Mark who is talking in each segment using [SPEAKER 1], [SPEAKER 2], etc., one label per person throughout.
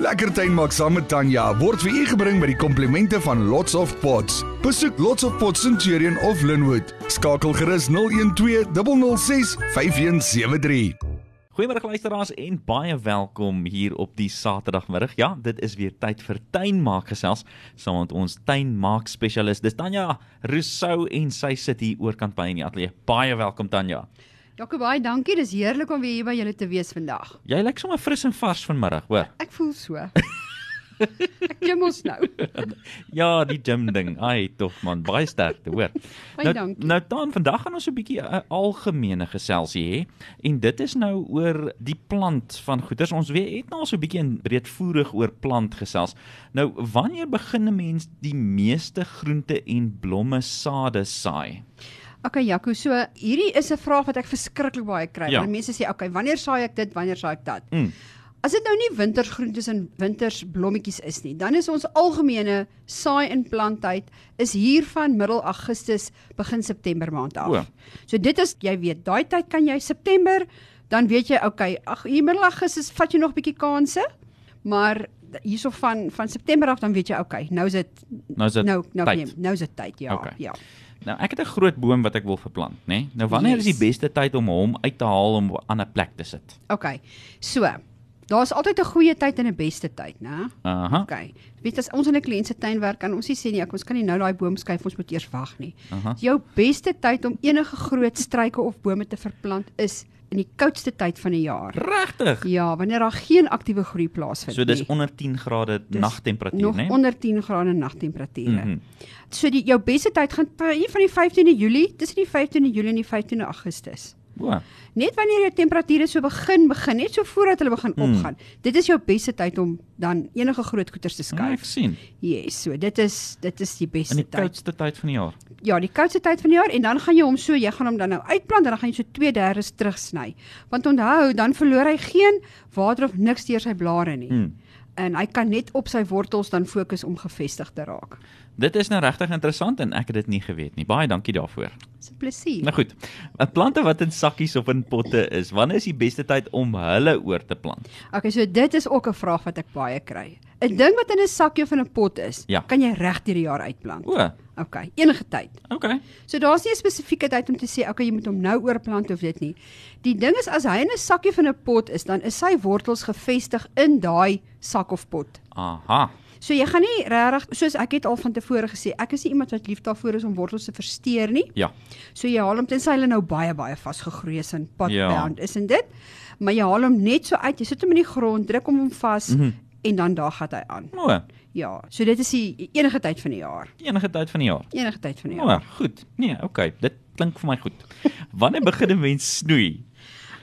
[SPEAKER 1] Lekker tuin maak saam met Tanya word vir u gebring by die komplimente van Lots of Pots. Besoek Lots of Pots Centurion of Linwood. Skakel gerus 012 006 5173.
[SPEAKER 2] Goeiemôre luisteraars en baie welkom hier op die Saterdagmiddag. Ja, dit is weer tyd vir tuinmaak gesels saam met ons tuinmaak spesialis. Dis Tanya Rousseau en sy sit hier oorkant by in die ateljee. Baie welkom Tanya.
[SPEAKER 3] Jaco baie dankie. Dis heerlik om weer hier by julle te wees vandag.
[SPEAKER 2] Jy lyk sommer fris en vars vanmiddag, hoor.
[SPEAKER 3] Ek voel so. Ek klim ons nou.
[SPEAKER 2] Ja, die gym ding. Ai, tog man, baie sterkte, hoor.
[SPEAKER 3] Baie dankie.
[SPEAKER 2] nou dan vandag gaan ons 'n bietjie 'n algemene geselsie hê en dit is nou oor die plant van goeters. Ons weet het nou so 'n bietjie in breedvoerig oor plant gesels. Nou, wanneer begin 'n mens die meeste groente en blomme sade saai?
[SPEAKER 3] Okay Jaco, so hierdie is 'n vraag wat ek verskriklik baie kry.
[SPEAKER 2] Ja.
[SPEAKER 3] Ja. Mense sê, "Okay, wanneer saai ek dit? Wanneer saai ek dat?"
[SPEAKER 2] Mm.
[SPEAKER 3] As dit nou nie wintersgroentes en wintersblommetjies is nie, dan is ons algemene saai en planttyd is hier van middel Augustus begin September maand af.
[SPEAKER 2] O.
[SPEAKER 3] So dit is jy weet, daai tyd kan jy September, dan weet jy, okay, ag hier middel Augustus vat jy nog 'n bietie kansse, maar d- hierso van van September af dan weet jy, okay, nou is dit
[SPEAKER 2] Nou is dit
[SPEAKER 3] nou nou
[SPEAKER 2] tyd.
[SPEAKER 3] neem- nou is dit tyd, ja,
[SPEAKER 2] Okay.
[SPEAKER 3] okay. ja.
[SPEAKER 2] Nou, ek het 'n groot boom wat ek wil verplant, nê? Nee? Nou, wanneer is die beste tyd om hom uit te haal om aan 'n plek te sit?
[SPEAKER 3] Okay. So, daar's altyd 'n goeie tyd en 'n beste tyd, né?
[SPEAKER 2] Aha.
[SPEAKER 3] Okay. Weet as ons in 'n kliënt se tuin werk, kan ons nie sê nee, ek ons kan nie nou daai boom skuif, ons moet eers wag nie.
[SPEAKER 2] Aha.
[SPEAKER 3] Jou beste tyd om enige groot struike of bome te verplant is in die koudste tyd van die jaar.
[SPEAKER 2] Regtig?
[SPEAKER 3] Ja, wanneer daar geen aktiewe groei plaasvind
[SPEAKER 2] So dis
[SPEAKER 3] nie.
[SPEAKER 2] onder 10 grade
[SPEAKER 3] Dis
[SPEAKER 2] nagtemperatuur,
[SPEAKER 3] nog
[SPEAKER 2] né?
[SPEAKER 3] onder 10 grade nagtemperature. Mm
[SPEAKER 2] Mhm.
[SPEAKER 3] -hmm. So die jou beste tyd gaan by- hier van die 15de Julie, tussen die 15de Julie en die 15de Augustus.
[SPEAKER 2] O.
[SPEAKER 3] Net wanneer jou temperature so begin begin, net so voordat hulle begin
[SPEAKER 2] Hmm.
[SPEAKER 3] opgaan. Dit is jou beste tyd om dan enige groot koeters te
[SPEAKER 2] Kan ek
[SPEAKER 3] skuif.
[SPEAKER 2] sien.
[SPEAKER 3] Yes, so dit is dit is die
[SPEAKER 2] In
[SPEAKER 3] beste
[SPEAKER 2] die
[SPEAKER 3] tyd.
[SPEAKER 2] koudste tyd van die jaar.
[SPEAKER 3] Ja, die koudste tyd van die jaar en dan gaan jy hom so, jy gaan hom dan nou uitplant en dan gaan jy so 2/3 terugsny. Want onthou, dan verloor hy geen water of niks deur sy blare nie.
[SPEAKER 2] Hmm.
[SPEAKER 3] En hy kan net op sy wortels dan fokus om gevestig te raak.
[SPEAKER 2] Dit is nou regtig interessant en ek het dit nie geweet nie. Baie dankie daarvoor.
[SPEAKER 3] Dis 'n plesier.
[SPEAKER 2] Nou goed. uh, Plante wat in sakkies of in potte is, wanneer is die beste tyd om hulle oor te plant?
[SPEAKER 3] Okay, so dit is ook 'n vraag wat ek baie kry. 'n Ding wat in 'n sakkie of in 'n pot is,
[SPEAKER 2] Ja.
[SPEAKER 3] kan jy reg deur die jaar uitplant.
[SPEAKER 2] O.
[SPEAKER 3] Okay, enige tyd.
[SPEAKER 2] Okay.
[SPEAKER 3] So daar's nie 'n spesifieke tyd om te sê okay, jy moet hom nou oorplant of dit nie. Die ding is as hy in 'n sakkie van 'n pot is, dan is sy wortels gevestig in daai sak of pot.
[SPEAKER 2] Aha.
[SPEAKER 3] So jy gaan nie regtig soos ek het al van tevore gesê, ek is nie iemand wat lief daarvoor is om wortels te versteur nie.
[SPEAKER 2] Ja.
[SPEAKER 3] So jy haal hom tensy hulle nou baie baie vasgegroei is en
[SPEAKER 2] Ja.
[SPEAKER 3] potbound is en dit. Maar jy haal hom net so uit, jy sit hom in die grond, druk hom hom vas mm -hmm. en dan daar gaan hy aan.
[SPEAKER 2] O.
[SPEAKER 3] Ja, so dit is die enige tyd van die jaar.
[SPEAKER 2] Enige tyd van die jaar.
[SPEAKER 3] Enige tyd van die jaar.
[SPEAKER 2] O, goed. Nee, okay. Dit klink vir my goed. Wanneer begin 'n mens snoei?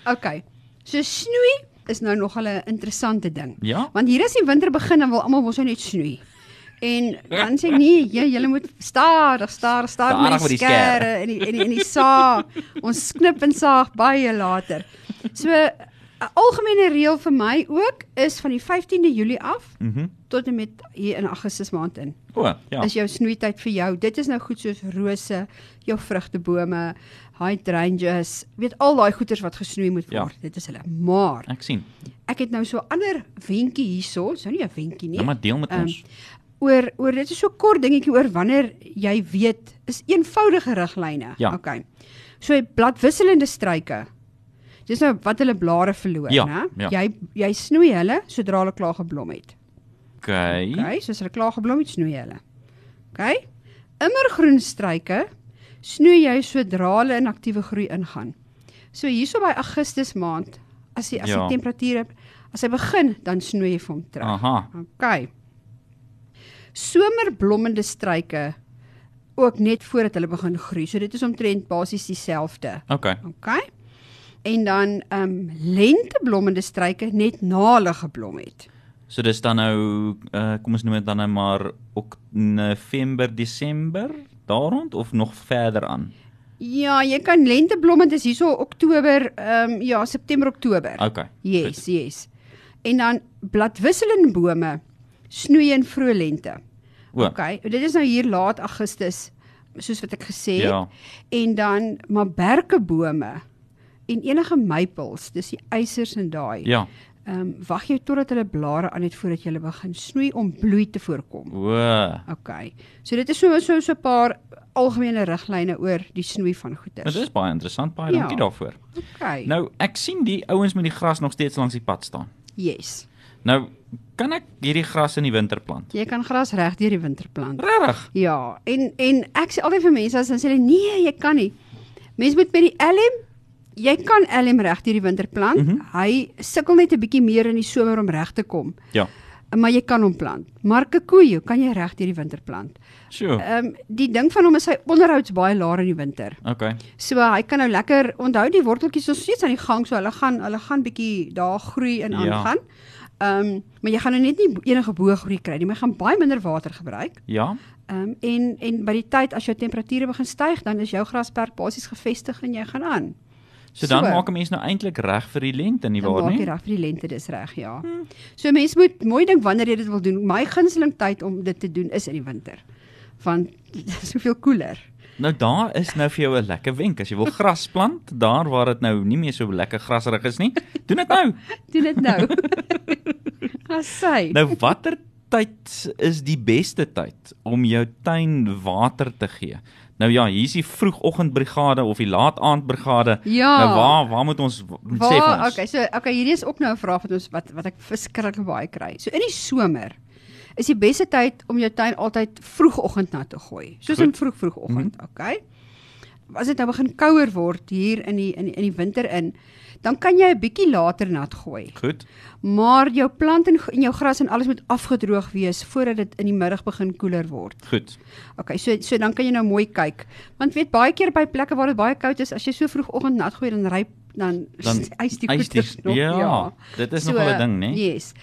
[SPEAKER 3] OK. So snoei is nou nog 'n interessante ding.
[SPEAKER 2] Ja?
[SPEAKER 3] Want hier is die winter begin en wil almal mos nou net snoei. En dan sê ek, nee, jy julle moet stadig, stadig, stadig
[SPEAKER 2] Stadig
[SPEAKER 3] met
[SPEAKER 2] met
[SPEAKER 3] die
[SPEAKER 2] die skerre.
[SPEAKER 3] skerre en die en die, en die saag. Ons knip en saag baie later. So 'n algemene reël vir my ook is van die 15de Julie af
[SPEAKER 2] Mhm.
[SPEAKER 3] tot en met hier in Augustus maand in
[SPEAKER 2] O, ja.
[SPEAKER 3] is jou snoeityd vir jou. Dit is nou goed soos rose, jou vrugtebome, hydrangeas, weet al daai goeters wat gesnoei moet
[SPEAKER 2] Ja.
[SPEAKER 3] word. Dit is hulle. Maar
[SPEAKER 2] Ek sien.
[SPEAKER 3] ek het nou so 'n ander wenkie hierso, dis nou nie 'n wenkie nie.
[SPEAKER 2] Nou maar deel met
[SPEAKER 3] Ehm,
[SPEAKER 2] ons.
[SPEAKER 3] oor oor dit is so kort dingetjie oor wanneer jy weet is eenvoudige riglyne.
[SPEAKER 2] Ja.
[SPEAKER 3] Okay. So bladwisselende struike. Dis nou wat hulle blare verloor,
[SPEAKER 2] Ja,
[SPEAKER 3] né?
[SPEAKER 2] ja.
[SPEAKER 3] Jy jy snoei hulle sodra hulle klaar geblom het.
[SPEAKER 2] Okay.
[SPEAKER 3] Okay, soos hulle klaar geblom het, snoei jy hulle. Okay? Immergroen struike snoei jy sodra hulle in aktiewe groei ingaan. So hierso by Augustus maand, as die as
[SPEAKER 2] Ja.
[SPEAKER 3] die temperature as hy begin, dan snoei jy vir hom terug.
[SPEAKER 2] Aha.
[SPEAKER 3] Okay. Somerblommende struike ook net voordat hulle begin groei. So dit is omtrent basies dieselfde.
[SPEAKER 2] Okay.
[SPEAKER 3] Okay? En dan ehm um, lenteblommende struike net na hulle geblom het.
[SPEAKER 2] So dis dan nou uh, kom ons noem dit dan nou maar ok, November, Desember daar rond of nog verder aan.
[SPEAKER 3] Ja, jy kan lenteblomme dis hierso Oktober, ehm um, ja, September Oktober.
[SPEAKER 2] OK.
[SPEAKER 3] Yes, yes. En dan bladwisselende bome snoei in vroeë lente.
[SPEAKER 2] O,
[SPEAKER 3] Okay, dit is nou hier laat Augustus soos wat ek gesê het.
[SPEAKER 2] Ja.
[SPEAKER 3] En dan maar berkebome en enige meipels, dis die eisers en daai.
[SPEAKER 2] Ja.
[SPEAKER 3] Ehm Ehm wag jy totdat hulle blare aan het voordat jy hulle begin snoei om bloei te voorkom.
[SPEAKER 2] O.
[SPEAKER 3] OK. So dit is so so so 'n paar algemene riglyne oor die snoei van
[SPEAKER 2] Dit
[SPEAKER 3] goeder.
[SPEAKER 2] is baie interessant. Baie
[SPEAKER 3] Ja.
[SPEAKER 2] dankie daarvoor.
[SPEAKER 3] OK.
[SPEAKER 2] Nou, ek sien die ouens met die gras nog steeds langs die pad staan.
[SPEAKER 3] Yes.
[SPEAKER 2] Nou, kan ek hierdie gras in die winter plant?
[SPEAKER 3] Jy kan gras reg deur die winter plant.
[SPEAKER 2] Regtig?
[SPEAKER 3] Ja, en en ek sê altyd vir mense as hulle sê hulle, nee, jy kan nie. Mense moet met die LM Jy kan LM reg deur die winter plant. Mm -hmm. Hy sukkel net 'n bietjie meer in die somer om reg te kom,
[SPEAKER 2] Ja.
[SPEAKER 3] maar jy kan hom plant. Maar kikoejo kan jy reg deur die winter plant.
[SPEAKER 2] Sjoe.
[SPEAKER 3] Ehm um, die ding van hom is hy onderhouds baie laer in die winter.
[SPEAKER 2] Okay.
[SPEAKER 3] So hy kan nou lekker onthou die worteltjies is nog steeds aan die gang, so hulle gaan hulle gaan bietjie daar groei en
[SPEAKER 2] Ja.
[SPEAKER 3] aangaan. Ehm maar jy gaan nou net nie enige bo groei kry nie. Maar jy gaan baie minder water gebruik.
[SPEAKER 2] Ja.
[SPEAKER 3] Ehm um, en en by die tyd as jou temperature begin styg, dan is jou grasperk basies gevestig en jy gaan aan.
[SPEAKER 2] So dan
[SPEAKER 3] So.
[SPEAKER 2] maak 'n mens nou eintlik reg vir die lente nie
[SPEAKER 3] Dan
[SPEAKER 2] waar
[SPEAKER 3] maak
[SPEAKER 2] nie? Hm.
[SPEAKER 3] jy reg vir die lente, dis reg, ja. So mense moet mooi dink wanneer jy dit wil doen. My gunsteling tyd om dit te doen is in die winter. Want dis soveel koeler.
[SPEAKER 2] Nou daar is nou vir jou 'n lekker wenk. As jy wil gras plant, daar waar dit nou nie meer so lekker grasrig is nie, doen dit nou.
[SPEAKER 3] Doen dit nou. Asai.
[SPEAKER 2] Nou watter tyd is die beste tyd om jou tuin water te gee? Nou ja, hier's die vroegoggendbrigade of die laataandbrigade.
[SPEAKER 3] Ja.
[SPEAKER 2] Nou waar waar moet ons moet sê vir
[SPEAKER 3] Waar,
[SPEAKER 2] ons?
[SPEAKER 3] okay, so okay, hierdie is ook nou 'n vraag wat ons wat wat ek verskriklik baie kry. So in die somer is die beste tyd om jou tuin altyd vroegoggend na te gooi. Soos in vroeg vroegoggend,
[SPEAKER 2] Mhm.
[SPEAKER 3] mm -hmm. okay? As dit nou begin kouer word hier in die in die, in die winter in, dan kan jy 'n bietjie later nat gooi.
[SPEAKER 2] Goed.
[SPEAKER 3] Maar jou plant en, gr- en jou gras en alles moet afgedroog wees voordat dit in die middag begin koeler word.
[SPEAKER 2] Goed.
[SPEAKER 3] Okay, so so dan kan jy nou mooi kyk. Want weet baie keer by plekke waar dit baie koud is, as jy so vroegoggend nat gooi dan ryp dan,
[SPEAKER 2] Dan
[SPEAKER 3] ys die
[SPEAKER 2] ys die-
[SPEAKER 3] koeters nog. ja.
[SPEAKER 2] ja, dit is nogal 'n ding, nee? né?
[SPEAKER 3] Yes.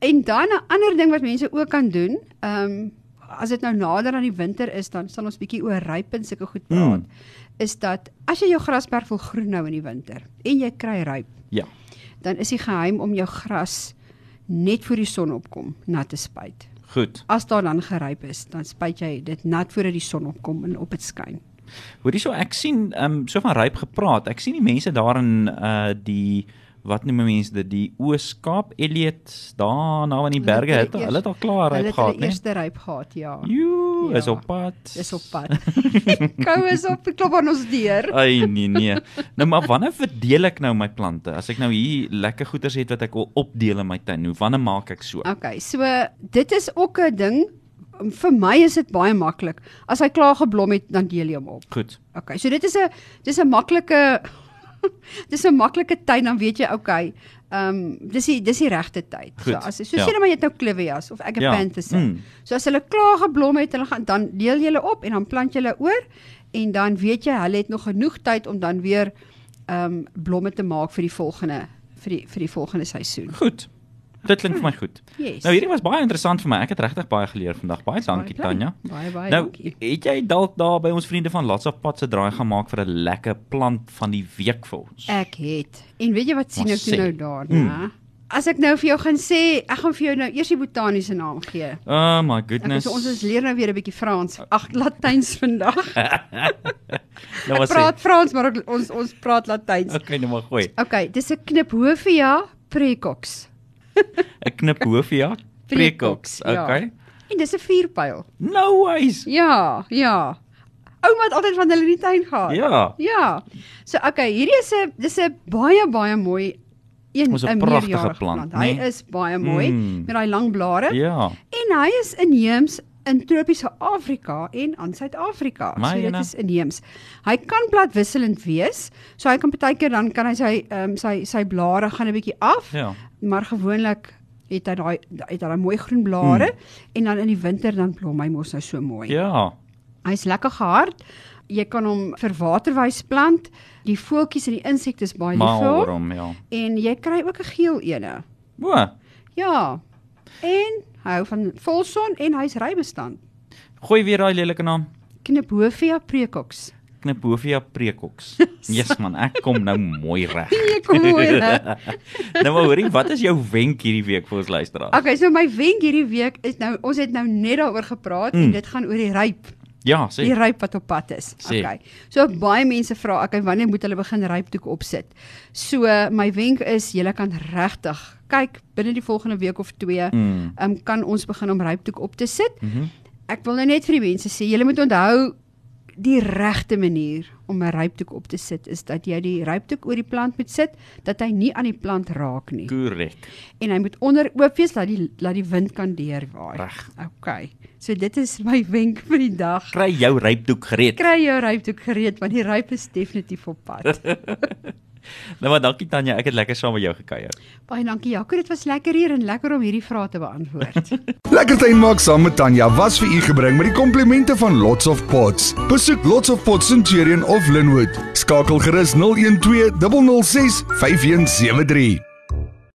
[SPEAKER 3] En dan 'n ander ding wat mense ook kan doen, ehm as dit nou nader aan die winter is, dan sal ons bietjie oor ryp en sulke goed praat.
[SPEAKER 2] Mm.
[SPEAKER 3] Mm. Is dat as jy jou grasperk wil groen nou in die winter en jy kry ryp,
[SPEAKER 2] Ja.
[SPEAKER 3] dan is die geheim om jou gras net voor die son opkom nat te spuit.
[SPEAKER 2] Goed.
[SPEAKER 3] As daar dan geryp is, dan spuit jy dit nat voordat die son opkom en op dit skyn.
[SPEAKER 2] Hoorie so ek sien ehm um, so van ryp gepraat. Ek sien die mense daar in uh die wat noem mense dit die Oos-Kaap Elliot daar na in die
[SPEAKER 3] Hulle het
[SPEAKER 2] berge het
[SPEAKER 3] hulle eers-
[SPEAKER 2] hulle het al klaar
[SPEAKER 3] Hulle
[SPEAKER 2] ryp
[SPEAKER 3] het hulle
[SPEAKER 2] gehad, nee? né?
[SPEAKER 3] eerste ryp gehad, ja.
[SPEAKER 2] Jo,
[SPEAKER 3] Ja.
[SPEAKER 2] is op pad.
[SPEAKER 3] Dis op pad. Kou is op, die klop aan ons deur.
[SPEAKER 2] Ai nee nee. Nou maar wanneer verdeel ek nou my plante? As ek nou hier lekker goeders het wat ek wil opdeel in my tuin, hoe wanneer maak ek so?
[SPEAKER 3] Okay, so dit is ook 'n ding. Vir my is dit baie maklik. As hy klaar geblom het, dan deel jy hom op.
[SPEAKER 2] Goed.
[SPEAKER 3] Okay, so dit is 'n dis 'n maklike dis 'n maklike tyd dan weet jy, okay. Ehm um, dis die dis die regte tyd. So
[SPEAKER 2] Goed,
[SPEAKER 3] as so
[SPEAKER 2] ja.
[SPEAKER 3] sê net maar jy het nou klivias of agapanthus.
[SPEAKER 2] Ja, mm.
[SPEAKER 3] So as hulle klaar geblom het, hulle gaan dan deel jy hulle op en dan plant jy hulle oor en dan weet jy hulle het nog genoeg tyd om dan weer ehm um, blomme te maak vir die volgende vir die vir die volgende seisoen.
[SPEAKER 2] Goed. Dit klink vir my goed.
[SPEAKER 3] Yes.
[SPEAKER 2] Nou hierdie was baie interessant vir my. Ek het regtig baie geleer vandag. Baie
[SPEAKER 3] Baie
[SPEAKER 2] dankie
[SPEAKER 3] bly.
[SPEAKER 2] Tanya.
[SPEAKER 3] Baie baie
[SPEAKER 2] Nou,
[SPEAKER 3] dankie.
[SPEAKER 2] het jy dalk daar by ons vriende van Lots of Pad se draai gaan maak vir 'n lekker plant van die week vir ons?
[SPEAKER 3] Ek het. En weet jy wat sien
[SPEAKER 2] Maar
[SPEAKER 3] ek toe
[SPEAKER 2] sê. Hmm.
[SPEAKER 3] nou daar, mm. né? As ek nou vir jou gaan sê, ek gaan vir jou nou eers die botaniese naam gee.
[SPEAKER 2] Oh my
[SPEAKER 3] Ek
[SPEAKER 2] goodness.
[SPEAKER 3] is ons ons leer nou weer 'n bietjie Frans. Ag, Latyns vandag.
[SPEAKER 2] nou
[SPEAKER 3] Ek
[SPEAKER 2] was
[SPEAKER 3] praat Frans, maar ek- ons ons praat Latyns.
[SPEAKER 2] Okay, nou maar gooi.
[SPEAKER 3] Okay, dis 'n kniphofia precox.
[SPEAKER 2] 'n Knip hoofia, prekoks.
[SPEAKER 3] ja.
[SPEAKER 2] Okay.
[SPEAKER 3] En dis 'n vierpyl.
[SPEAKER 2] No ways.
[SPEAKER 3] Ja, ja. Ouma het altyd van hulle in die tuin gehad.
[SPEAKER 2] Ja.
[SPEAKER 3] Ja. So okay, hierdie is 'n dis 'n baie baie mooi een
[SPEAKER 2] Ons 'n
[SPEAKER 3] 'n
[SPEAKER 2] pragtige
[SPEAKER 3] meerjarige
[SPEAKER 2] plant,
[SPEAKER 3] Hy
[SPEAKER 2] né?
[SPEAKER 3] is baie mooi
[SPEAKER 2] Mm.
[SPEAKER 3] met daai lang blare
[SPEAKER 2] Ja.
[SPEAKER 3] en hy is inheems in tropiese Afrika en aan Suid-Afrika.
[SPEAKER 2] My
[SPEAKER 3] So dit
[SPEAKER 2] jene.
[SPEAKER 3] is inheems. Hy kan platwisselend wees. So hy kan baie keer dan kan hy sy ehm um, sy sy blare gaan 'n bietjie af.
[SPEAKER 2] Ja.
[SPEAKER 3] maar gewoonlik het hy daai het hy daai mooi groen blare hmm. en dan in die winter dan blom hy mos nou so mooi.
[SPEAKER 2] Ja.
[SPEAKER 3] Hy's lekker gehard. Jy kan hom vir waterwys plant. Die voeltjies en die insekte is baie lief
[SPEAKER 2] Maar
[SPEAKER 3] vir hom
[SPEAKER 2] waarom ja.
[SPEAKER 3] en jy kry ook 'n geel ene.
[SPEAKER 2] O,
[SPEAKER 3] Ja. En hy hou van volson en hy's rybestand.
[SPEAKER 2] gooi weer daai lelike naam.
[SPEAKER 3] Kniphofia precox.
[SPEAKER 2] Knip hoofia prekoks. Jesus man, ek kom nou mooi reg.
[SPEAKER 3] Jy kom mooi reg.
[SPEAKER 2] nou maar hoorie, wat is jou wenk hierdie week vir ons luisteraars?
[SPEAKER 3] Okay, so my wenk hierdie week is nou ons het nou net daaroor gepraat mm. en
[SPEAKER 2] Mm.
[SPEAKER 3] dit gaan oor die ryp.
[SPEAKER 2] Ja, sê.
[SPEAKER 3] die ryp wat op pad is.
[SPEAKER 2] Sê.
[SPEAKER 3] Okay. So baie mense vra, okay, wanneer moet hulle begin rypdoek opsit? So my wenk is julle kan regtig kyk binne die volgende week of twee,
[SPEAKER 2] Mm.
[SPEAKER 3] um, kan ons begin om rypdoek op te sit.
[SPEAKER 2] Mhm.
[SPEAKER 3] Ek wil nou net vir die mense sê, julle moet onthou die regte manier om 'n rypdoek op te sit is dat jy die rypdoek oor die plant moet sit dat hy nie aan die plant raak nie
[SPEAKER 2] Korrek.
[SPEAKER 3] en hy moet onder oop wees dat die laat die wind kan deurwaai.
[SPEAKER 2] Reg.
[SPEAKER 3] Okay. So dit is my wenk vir die dag.
[SPEAKER 2] Kry jou rypdoek gereed.
[SPEAKER 3] Kry jou rypdoek gereed want die ryp is definitief op pad.
[SPEAKER 2] Nou maar dankie Tanya, ek het lekker saam met jou gekuier.
[SPEAKER 3] Baie dankie Jaco, dit was lekker hier en lekker om hierdie vrae te beantwoord.
[SPEAKER 1] Lekker tuin maak saam met Tanya was vir u gebring met die komplimente van Lots of Pots. Besoek Lots of Pots in Centurion of Linwood. Skakel gerus 012 006 5173.